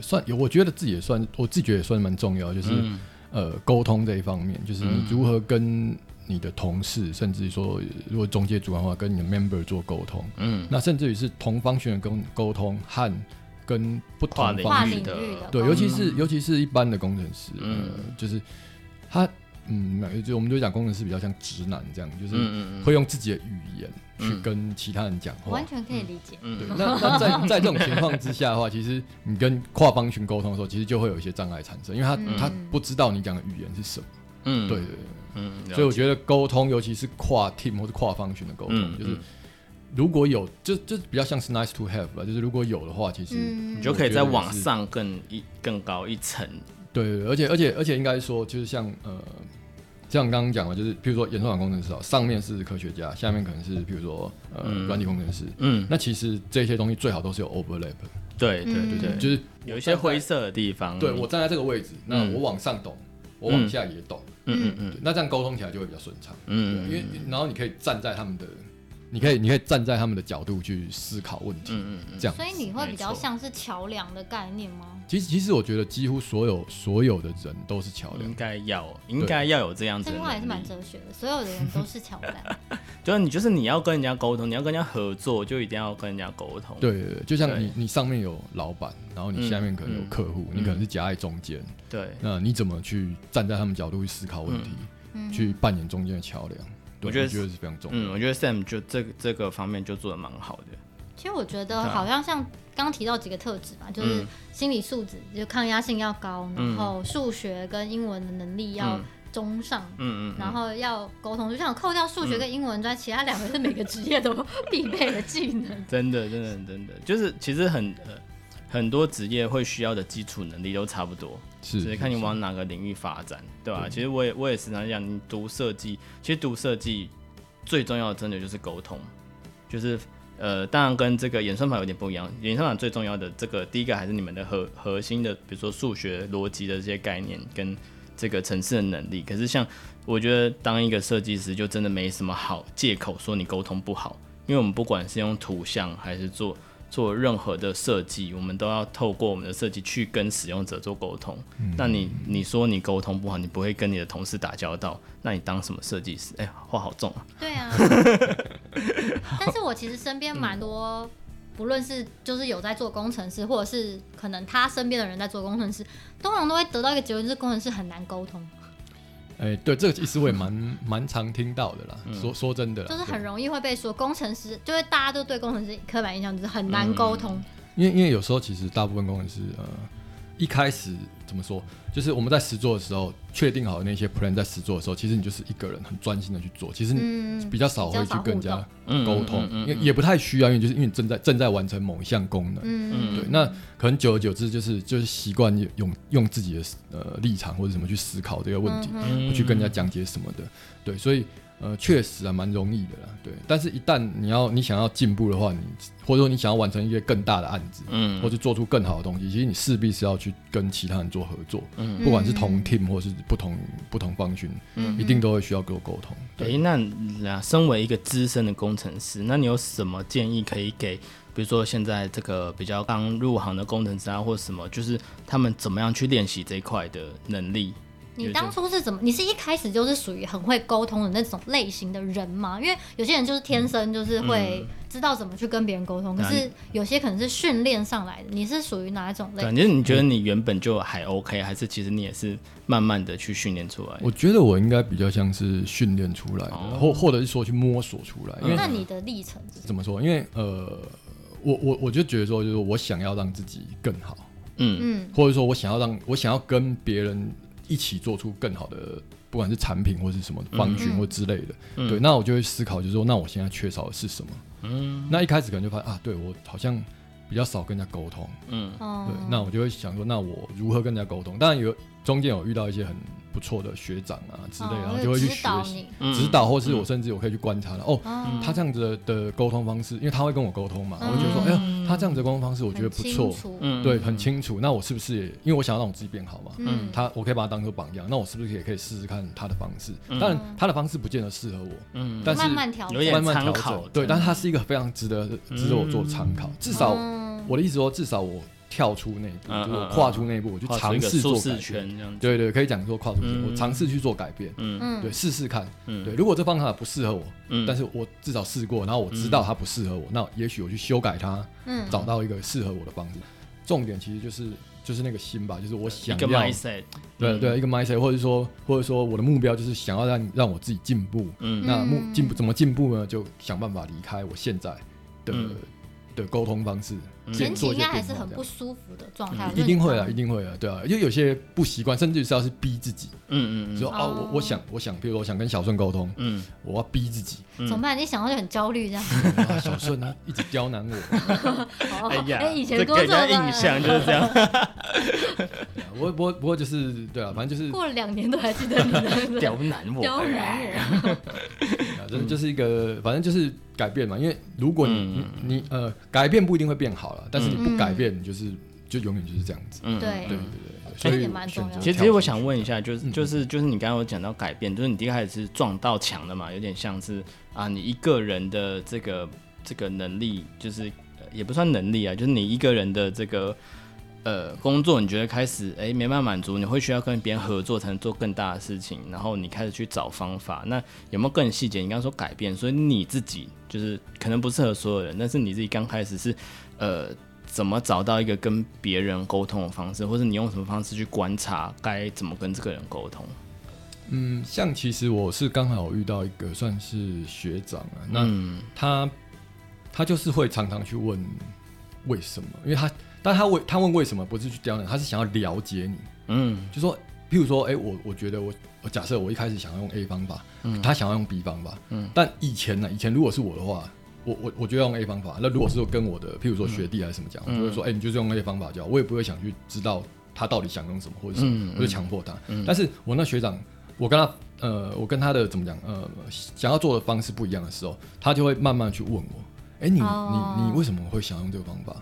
算有，我觉得自己也算，我自己觉得也算蛮重要，就是、嗯呃沟通这一方面，就是你如何跟你的同事，甚至说呃如果中介主管的话，跟你的 member 做沟通，嗯，那甚至于是同方向的沟沟通和跟不同跨方领跨向领域域的的对，尤其是、尤其是一般的工程师，嗯呃，就是他嗯，就我们就讲工程师比较像直男这样，就是。嗯嗯会用自己的语言去嗯跟其他人讲话。完全可以理解。对嗯，，那那在 在这种情况之下的话，其实你跟跨方群沟通的时候，其实就会有一些障碍产生，因为他、嗯他不知道你讲的语言是什么。嗯，对对，对，嗯，所以我觉得沟通，尤其是跨 team 或者跨方群的沟通，嗯就是如果有，就就比较像是 nice to have 吧，就是如果有的话，其实、嗯你就可以再往我觉得是上更一更高一层。对对，对而且而且而且应该说，就是像呃，像刚刚讲的，就是譬如说演算法工程师啊，上面是科学家，下面可能是譬如说呃嗯软体工程师，嗯，那其实这些东西最好都是有 overlap，的对对嗯对对，就是有一些灰色的地方。对我站在这个位置，那嗯我往上懂，我往下也懂，嗯嗯嗯对那这样沟通起来就会比较顺畅。对，啊因嗯为然后你可以站在他们的，你可以你可以站在他们的角度去思考问题，嗯嗯这样。所以你会比较没错像是桥梁的概念吗？其实其实我觉得几乎所有所有的人都是桥哦应梁，该要应该要有这样子这的句话也是能蛮力，哲学的，所有的人都是桥梁。就是你就是你要跟人家沟通，你要跟人家合作，就一定要跟人家沟通。对对对，就像对你你上面有老板，然后你下面可能有客户，嗯你可能是夹在中间，对，那你怎么去站在他们角度去思考问题，嗯去扮演中间的桥梁？对我觉得觉得是非常重要。嗯，我觉得 Sam 就这个这个方面就做的蛮好的。其实我 觉得好像像刚提到几个特质吧，就是啊嗯心理素质，就抗压性要高，嗯然后数学跟英文的能力要嗯中上。嗯嗯然后要沟通，就像扣掉数学跟英文之外，其他两个是每个职业都必备的技能嗯，。真的真的真的，就是其实很呃很多职业会需要的基础能力都差不多。是只是看你往哪个领域发展，对吧、其实我也我也时常讲，你读设计，其实读设计最重要的真的就是沟通，就是呃，当然跟这个演算法有点不一样。演算法最重要的这个第一个还是你们的核核心的，比如说数学逻辑的这些概念跟这个城市的能力。可是像我觉得当一个设计师，就真的没什么好借口说你沟通不好，因为我们不管是用图像还是做做任何的设计，我们都要透过我们的设计去跟使用者做沟通。嗯那你你说你沟通不好，你不会跟你的同事打交道，那你当什么设计师？哎、话好重啊！ 对 啊，但是我其实身边蛮多，不论是就是有在做工程师，或者是可能他身边的人在做工程师，通常都会得到一个结论，就是工程师很难沟通。哎、对，这个其实我也蛮蛮常听到的啦。嗯说说真的啦，就是对很容易会被说工程师，就是大家都对工程师刻板印象就是很难沟通，因为因为有时候其实大部分工程师呃，一开始怎么说，就是我们在实做的时候确定好的那些 plan，在实做的时候，其实你就是一个人很专心的去做，其实你嗯，比较少会去跟人家嗯沟通嗯，嗯嗯因为也不太需要，因为就是因为你正在正在完成某一项功能。嗯，对，那可能久而久之就是就是习惯用用自己的呃立场或者什么去思考这个问题，嗯嗯去跟人家讲解什么的。对，所以呃，确实啊，蛮容易的啦。对，但是一旦你要你想要进步的话，你或者说你想要完成一个更大的案子，嗯或者做出更好的东西，其实你势必是要去跟其他人做合作，嗯不管是同 team 或是不同不同方群，嗯一定都会需要做沟通。哎、对，那那身为一个资深的工程师，那你有什么建议可以给？比如说现在这个比较刚入行的工程师啊，或者什么，就是他们怎么样去练习这一块的能力？你当初是怎么？你是一开始就是属于很会沟通的那种类型的人吗？因为有些人就是嗯天生就是会知道怎么去跟别人沟通，可是有些可能是训练上来的。你是属于哪一种类对啊，？就是你觉得你原本就还 OK，还是其实你也是慢慢的去训练出来？我觉得我应该比较像是训练出来的，或或者是说去摸索出来，因为那你的历程是什么嗯怎么说？因为呃，我我我就觉得说，就是我想要让自己更好，嗯嗯或者说我想要让我想要跟别人一起做出更好的，不管是产品或是什么方群嗯或之类的。对，那我就会思考，就是说，那我现在缺少的是什么？嗯那一开始可能就发现啊，对我好像比较少跟人家沟通。嗯哦对，那我就会想说，那我如何跟人家沟通？当然有中间有遇到一些很不错的学长啊之类的，哦然后会就会去指导学习你。嗯指导，或是我甚至我可以去观察了。哦，哦他这样子的的沟通方式，因为他会跟我沟通嘛，嗯我就觉得说，哎呀，他这样子的沟通方式我觉得不错，嗯对，很清楚。那我是不是也因为我想要让我自己变好嘛？嗯，他我可以把他当做榜样，那我是不是也可以试试看他的方式？嗯当然，他的方式不见得适合我，嗯但是慢慢调有点慢慢参调考整。对，嗯但是他是一个非常值得值得我做参考。至少嗯我的意思说，至少我跳出那一步，嗯就是我嗯跨出那一步，我去跨出一尝个试舒做适改圈变。这样子。对对，可以讲说跨出去，嗯我尝试去做改变。嗯嗯对，试试看。嗯对，如果这方法不适合我，嗯但是我至少试过，然后我知道它不适合我，那也许我去修改它，嗯找到一个适合我的方式。重点其实就是就是那个心吧，就是我一想个要 mindset，对嗯对一个 mindset，或者说或者说我的目标就是想要让让我自己进步。嗯那目嗯进步怎么进步呢？就想办法离开我现在的嗯的沟通方式，前期做一应些该还变是化很这不样。嗯舒服的状态，一定会啊，一定会啊，对啊，因为有些不习惯，甚至是要是逼自己，嗯嗯说啊，哦我我想我想，比如说我想跟小顺沟通，嗯我要逼自己，嗯怎么办？你想到就很焦虑 这样。啊小顺他一直刁难我，哦 嗯，哎呀，以前这工给作人家的印象就是这样。对啊不过不过不过就是对啊，反正就是过了两年都还记得你 的刁难 我，刁难哎嗯人，啊，真的就是一个，反正就是改变嘛。因为如果嗯你你你呃改变不一定会变好了，但是你嗯不改变，你就是就永远就是这样子。嗯对对对对对，这所一以点蛮重选要择的其实，跳其实我出去嗯想问一下，就是就是就是你刚刚有讲到改变，就是你一开始是撞到墙了嘛，有点像是啊，你一个人的这个这个能力，就是呃也不算能力啊，就是你一个人的这个呃工作，你觉得开始哎没办法满足，你会需要跟别人合作才能做更大的事情，然后你开始去找方法。那有没有更细节？你刚刚说改变，所以你自己就是可能不适合所有人，但是你自己刚开始是呃怎么找到一个跟别人沟通的方式，或者你用什么方式去观察该怎么跟这个人沟通？嗯，像其实我是刚好遇到一个算是学长啊，那嗯他他就是会常常去问为什么，因为他但他问他问为什么不是去刁难，他是想要了解你。嗯就说，譬如说，哎、我我觉得我我假设我一开始想要用 A 方法，他想要用 B 方法，嗯但以前呢、以前如果是我的话，我我我就要用 A 方法。那如果是跟我的譬如说学弟还是什么讲，嗯我就会说，哎、你就是用 A 方法就好，我也不会想去知道他到底想用什么或者什么，嗯我就强迫他。但是我那学长，我跟他呃，我跟他的怎么讲呃，想要做的方式不一样的时候，他就会慢慢去问我，哎、你、哦你你为什么会想用这个方法？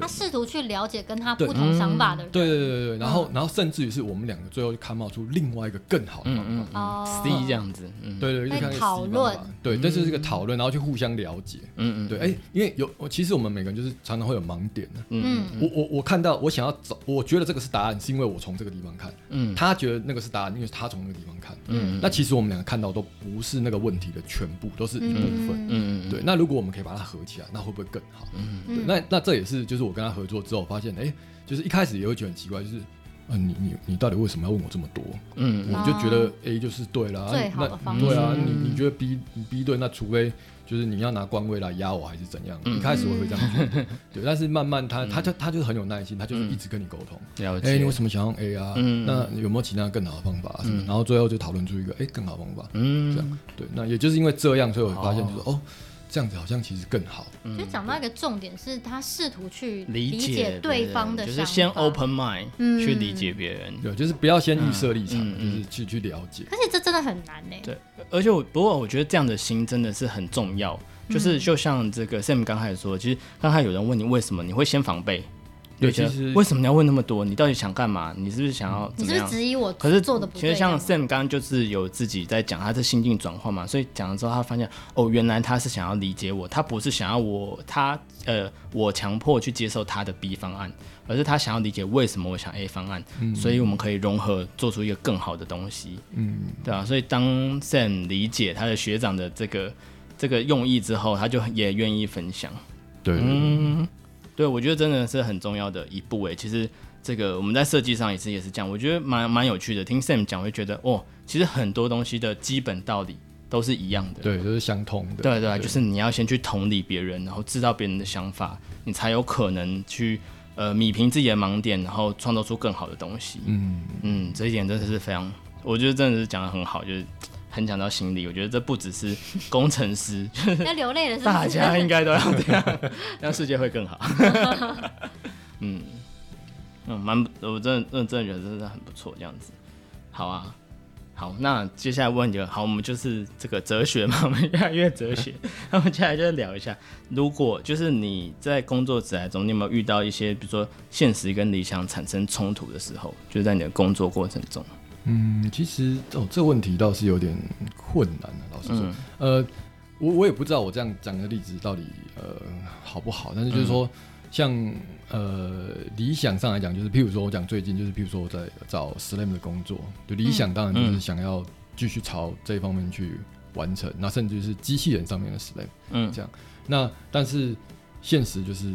他试图去了解跟他不同想法的人，嗯对对对对对，然后、然后甚至于是我们两个最后就看冒出另外一个更好的方法，嗯嗯嗯哦，C 这样子，嗯对对，就被看看讨习惯吧论，对，这就是一个讨论，然后去互相了解，嗯嗯对，哎，因为有我其实我们每个人就是常常会有盲点的，嗯我我我看到我想要找，我觉得这个是答案，是因为我从这个地方看，嗯他觉得那个是答案，因为他从那个地方看，嗯那其实我们两个看到都不是那个问题的全部，都是一部分，嗯嗯对，那如果我们可以把它合起来，那会不会更好？对，那那这也是就是我跟他合作之后发现，哎、就是一开始也会觉得很奇怪，就是呃，你你你到底为什么要问我这么多？嗯，我就觉得 A 就是对啦，最好的那方式对啊，嗯你你觉得 B B 对，那除非就是你要拿官威来压我，还是怎样？嗯一开始我会这样 觉得，对，但是慢慢他他就他就是很有耐心，他就是一直跟你沟通。了哎、解你为。什么想用 A 啊？嗯那有没有其他更好的方法、啊？什么？然后最后就讨论出一个哎、更好的方法，这嗯样，对。那也就是因为这样，所以我发现就是哦这样子好像其实更好。嗯就讲到一个重点是，他试图去理解对方的就想是先法 open mind 嗯去理解别人。对，就是不要先预设立场，嗯嗯嗯就是去去了解。可是这真的很难呢、对，而且我不过我觉得这样的心真的是很重要。就是就像这个 Sam 刚开始说，其实刚开始有人问你为什么，你会先防备，对就觉得其实为什么你要问那么多？你到底想干嘛？你是不是想要你怎么是不样是？质疑我可是做的不其对啊实这样像吗？ Sam 刚刚就是有自己在讲他的心境转换嘛，所以讲了之后，他发现哦，原来他是想要理解我，他不是想要我他呃我强迫去接受他的 B 方案，而是他想要理解为什么我想 A 方案，所以我们可以融合做出一个更好的东西，嗯，对啊，所以当 Sam 理解他的学长的这个这个用意之后，他就也愿意分享。对对对嗯对，我觉得真的是很重要的一步诶。其实这个我们在设计上也是也是这样，我觉得蛮蛮有趣的。听 Sam 讲，我会觉得哦，其实很多东西的基本道理都是一样的。对，都是相通的。对对，就是你要先去同理别人，然后知道别人的想法，你才有可能去呃米平自己的盲点，然后创造出更好的东西。嗯，嗯，这一点真的是非常，我觉得真的是讲的很好，就是很讲到心里。我觉得这不只是工程师，要流泪了 是不是？大家应该都要这样，这样世界会更好。嗯嗯，蛮不，我真的真的真的觉得真的很不错，这样子。好啊，好，那接下来问你个，好，我们就是这个哲学嘛， 我们越来越哲学。那我们接下来就聊一下，如果就是你在工作职涯中，你有没有遇到一些，比如说现实跟理想产生冲突的时候，就是在你的工作过程中，嗯，其实哦，这问题倒是有点困难啊，老实说，呃，我我也不知道我这样讲的例子到底呃好不好，但是就是说，像呃理想上来讲，就是譬如说我讲最近就是譬如说我在找 slam 的工作，就理想当然就是想要继续朝这一方面去完成，那甚至是机器人上面的 slam，嗯这样，那但是现实就是。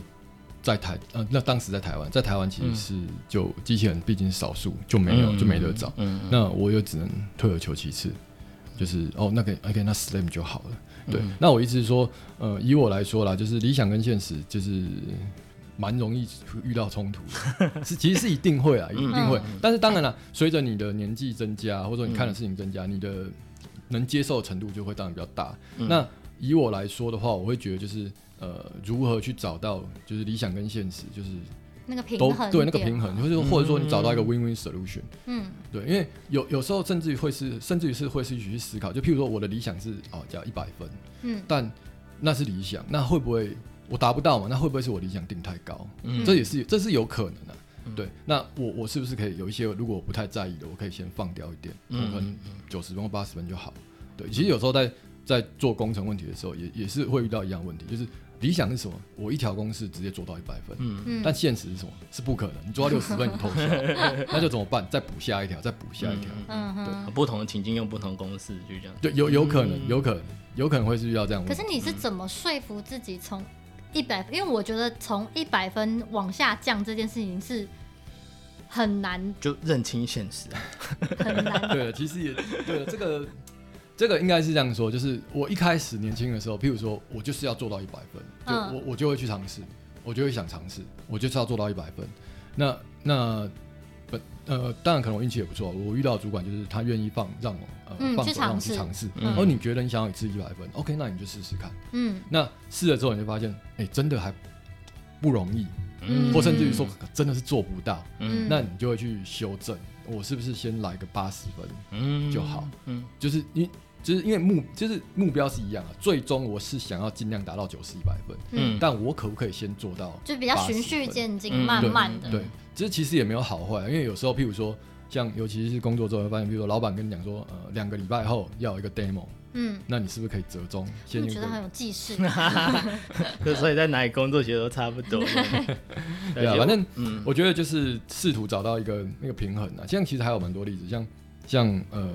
在台呃，那当时在台湾，在台湾其实是就机器人毕竟是少数，就没有、就没得找。嗯，嗯那我也只能退而求其次，就是哦，那个 OK，那 Slam 就好了。对，嗯那我意思是说，呃，以我来说啦，就是理想跟现实就是蛮容易遇到冲突的，是其实是一定会啊，一定会。但是当然了，随着你的年纪增加，或者说你看的事情增加，你的能接受的程度就会当然比较大。那以我来说的话，我会觉得就是呃，如何去找到就是理想跟现实就是那个平都衡对那个点啊平，衡，或者或者说你找到一个 win-win solution。嗯，对，因为有有时候甚至于会是，甚至于是会是一起去思考。就譬如说，我的理想是哦，加一百分，嗯，但那是理想，那会不会我达不到嘛？那会不会是我理想定太高？嗯，这也是这是有可能的、啊嗯对，那我我是不是可以有一些，如果我不太在意的，我可以先放掉一点，嗯我可能九十分或八十分就好。对，其实有时候在在做工程问题的时候，也也是会遇到一样的问题，就是理想是什么？我一条公式直接做到一百分，嗯但现实是什么？是不可能。你做到六十分，你偷 笑，那就怎么办？再补下一条，再补下一条。嗯哼。不同的情境用不同的公式，就这样。对，有有可嗯能，有可能，有可能会是遇到这样的可问题。是你是怎么说服自己从一百？因为我觉得从一百分往下降这件事情是很难就认清现实啊，很 难。对，其实也对这个。这个应该是这样说，就是我一开始年轻的时候，譬如说我就是要做到一百分，就嗯我、我就会去尝试，我就会想尝试，我就是要做到一百分。那那本呃，当然可能我运气也不错，我遇到的主管就是他愿意放让我呃、嗯放去手让我尝去试尝试。嗯然后你觉得你想要一次一百分，OK，那你就试试看。嗯那试了之后，你就发现，哎、真的还不容易，嗯，或甚至于说真的是做不到，嗯，那你就会去修正。我是不是先来个八十分？嗯就好，嗯就是因就是因为目就是目标是一样的，最终我是想要尽量达到九十一百分，嗯，但我可不可以先做到？就比较循序渐进，慢慢的。对，嗯这其实也没有好坏，啊因为有时候譬如说。像尤其是工作之后，会发现，比如说老板跟你讲说，呃，两个礼拜后要有一个 demo，嗯，那你是不是可以折中先我用一觉个得很有既视。就所以在哪里工作其实都差不多。对啊，而且反正嗯我觉得就是试图找到一个那个平衡啊。像其实还有蛮多例子，像像呃，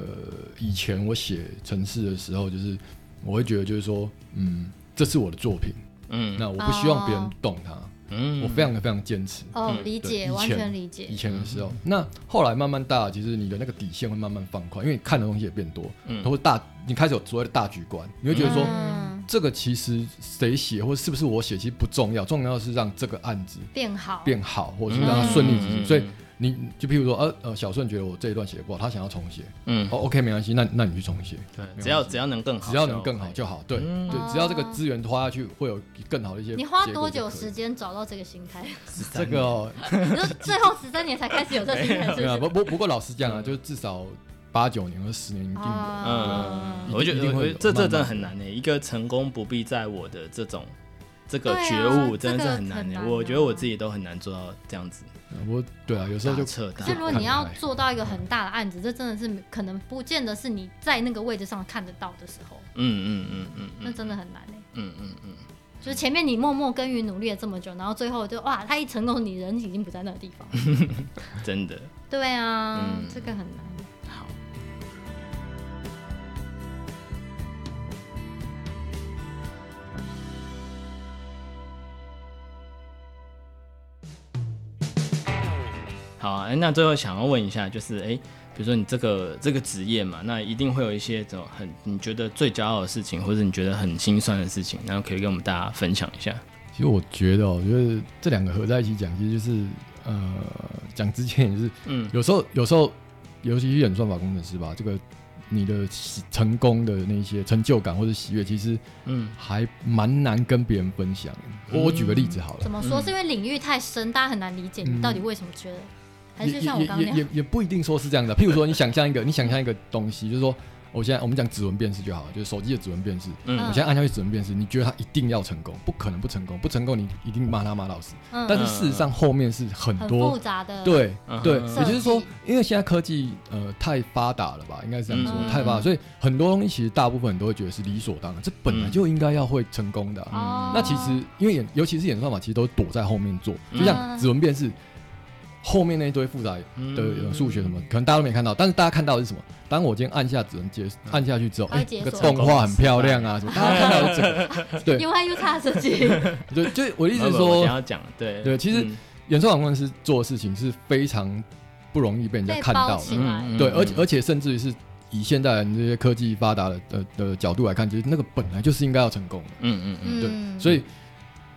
以前我写城市的时候，就是我会觉得就是说，嗯，这是我的作品，嗯那我不希望别人动它，嗯，我非常的非常坚持。哦，理对解，以完前全理解以。前的时候，那后来慢慢大，其实你的那个底线会慢慢放宽，因为你看的东西也变多，嗯或者大，你开始有所谓的大局观，你会觉得说，嗯这个其实谁写或是不是我写其实不重要，重要的是让这个案子变好，变好，或者是让它顺利执行。嗯所以你就譬如说，呃呃，小顺觉得我这一段写得不好，他想要重写，嗯，哦，OK，没关系，那那你去重写，对，只要只要能更好，只要能更好就好。对嗯对，只要这个资源花下去，会有更好的一些。你花多久时？间找到这个心态？这个 哦你就最后十三年才开始有这个心态，是不没有啊是？不不不过老实嗯讲啊，就是至少八九年和十年一定有。啊嗯，我觉一定得会我觉有得这慢慢这真的很难呢。一个成功不必在我的这种这个对啊觉悟，真的是很这个很难呢。难啊我觉得我自己都很难做到这样子，我对啊，有时候就大彻可大是如果你要看开做到一个很大的案子，这真的是可能不见得是你在那个位置上看得到的时候，嗯嗯嗯嗯那嗯真的很难哎。嗯嗯嗯，就是前面你默默耕耘努力了这么久，然后最后就哇，他一成功，你人已经不在那个地方。真的。对啊，嗯这个很难。好，好啊，哎那最后想要问一下，就是哎、比如说你这个这个职业嘛，那一定会有一些这种很你觉得最骄傲的事情，或者你觉得很心酸的事情，然后可以跟我们大家分享一下。其实我觉得哦，就是这两个合在一起讲，其实就是呃，讲之前也是嗯有时候有时候，尤其是演算法工程师吧，这个你的喜成功的那些成就感或者喜悦，其实嗯还蛮难跟别人分享。我我举个例子好了嗯怎，么说？嗯是因为领域太深，大家很难理解你到底为什么觉得，还也是像我刚刚也那也也样，也不一定说是这样的。譬如说，你想象一个，你想象一个东西，就是说，我现在我们讲指纹辨识就好了，就是手机的指纹辨识。嗯嗯我现在按下去指纹辨识，你觉得它一定要成功，不可能不成功，不成功你一定骂他骂到死。但嗯，是事实上后面是很很多复杂的，对嗯对，嗯也就是说设计，因为现在科技呃太发达了吧，应该是这样说，嗯太发达，所以很多东西其实大部分人都会觉得是理所当然，这本来就应该要会成功的啊、哦。那其实因为演，尤其是演算法，其实都躲在后面做，就像嗯指纹辨识。后面那一堆复杂的嗯呃数学什么，可能大家都没看到，但是大家看到的是什么？当我今天按下指纹解按下去之后，嗯它会哎，解那个锁动画很漂亮啊，什么，大家看到的是这个。对 U I U 叉设计， 对，就我的意思是 不不我说想，要讲对对其实嗯演算法公司做的事情是非常不容易被人家被看包到的起。来嗯嗯对，嗯而且而且甚至于是以现代人这些科技发达的的的角度来看，其实那个本来就是应该要成功的。嗯嗯嗯嗯对，所以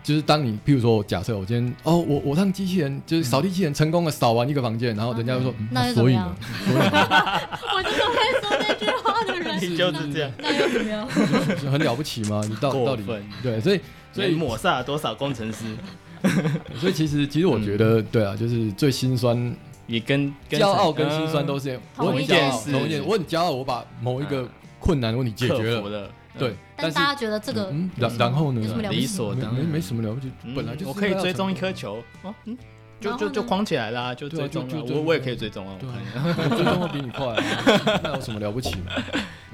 就是当你譬如说，假设我今天哦，我我让机器人就是嗯扫地机器人成功的扫完一个房间，然后人家就说，嗯那又怎 所么以样呢，？我就是会说这句话的人，你就是这样，那又怎么样？就是很了不起吗？你到过到底分对，所以嗯所所以以抹杀了多少工程 师？所以其实其实我觉得对啊，就是最心酸也跟嗯跟骄傲跟心酸都是嗯我很同一骄傲，件事嗯同一件，我很骄傲，我把某一个困难问题嗯解克决服嗯了，了，对，但 但是大家觉得这个嗯，然然后呢有什么了不起理所没当没然，没什么了不起，嗯，本来就是我可以应该要追踪一成功颗球，哦，嗯，就然后就呢就框起来啦，就对追啊踪就啦，就我就我也可以追踪啊，我对啊看一下。 我追踪会比你快啊，那有什么了不起 嘛？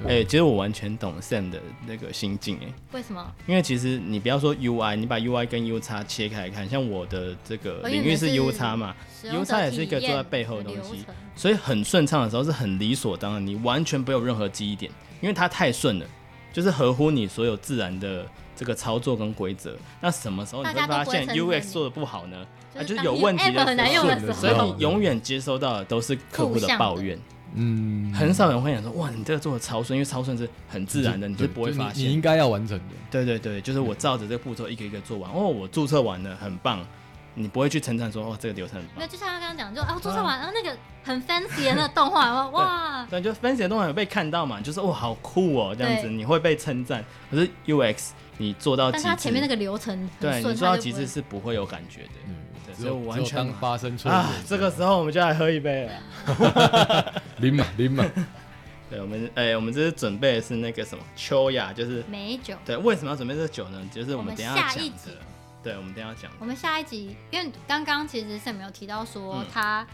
哎、其实我完全懂 Sam 的那个心境哎、为什么？因为其实你不要说 UI，你把 UI 跟 U 叉切开来看，像我的这个哦因为领你域们是是 U 叉嘛，使用 U 者叉也是一个体验坐在背后的东流西程所以很顺畅的时候是很理所当然，你完全不会有任何记忆点，因为它太顺了，就是合乎你所有自然的这个操作跟规则。那什么时候你会大家发都不会现承认 UX 做的不好呢？啊，就是当有你问题 app 的很时难候用的时候，所以你永远接收到的都是客户的抱怨，嗯，很少人会想说哇，你这个做的超顺，因为超顺是很自然的，你是嗯对不会就发你你现应。该要完成的。对对对，就是我照着这个步骤一个一个做完，哦，我注册完了，很棒。你不会去称赞说哦，这个流程很没有，棒，就像他刚刚讲，就嗯啊，注册完，然后那个很 fancy 的那个动画，哇，对，就分析的东西有被看到嘛，就是哦，好酷哦，这样子对你会被称赞。可是 UX 你做到但极是他前面那致，个流程对很你顺，做到他就极不致会。是不会有感觉的嗯对只所以有我完只有全当发生错啊误。这个时候我们就来喝一杯了。林嘛林嘛， 对，我们哎、我们这是准备的是那个什么秋雅，就是美酒，对，为什么要准备这酒呢？就是我我们们等一下下讲一的集，对，我们等一下讲。我们下一集，因为刚刚其实 Sam 有提到说嗯他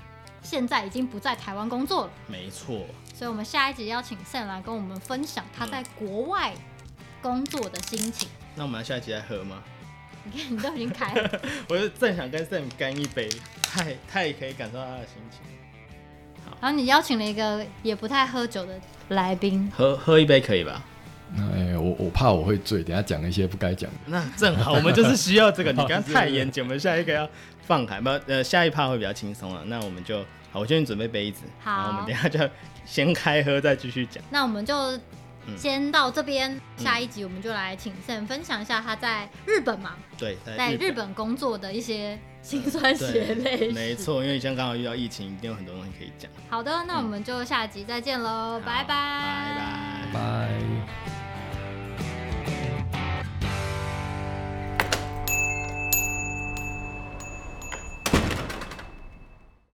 现在已经不在台湾工作了，没错，所以我们下一集邀请 Sam 来跟我们分享他在国外工作的心情。那我们下一集再喝吗？你看，你都已经开了，我就正想跟 Sam 干一杯，太太可以感受到他的心情。然后你邀请了一个也不太喝酒的来宾，喝喝一杯可以吧？那哎，我我怕我会醉，等一下讲一些不该讲的。那正好，我们就是需要这个。你刚刚太严谨，我们下一个要放开，不，呃，下一趴会比较轻松了。那我们就好，我先准备杯子，好然后我们等一下就先开喝，再继续讲。那我们就先到这边，下一集我们就来请 Sam 分享一下他在日本嘛，对，在哎日日本工作的一些辛酸血泪对，史。没错，因为像刚好遇到疫情，一定有很多东西可以讲。好的，那我们就下集再见喽，拜拜，拜拜。拜。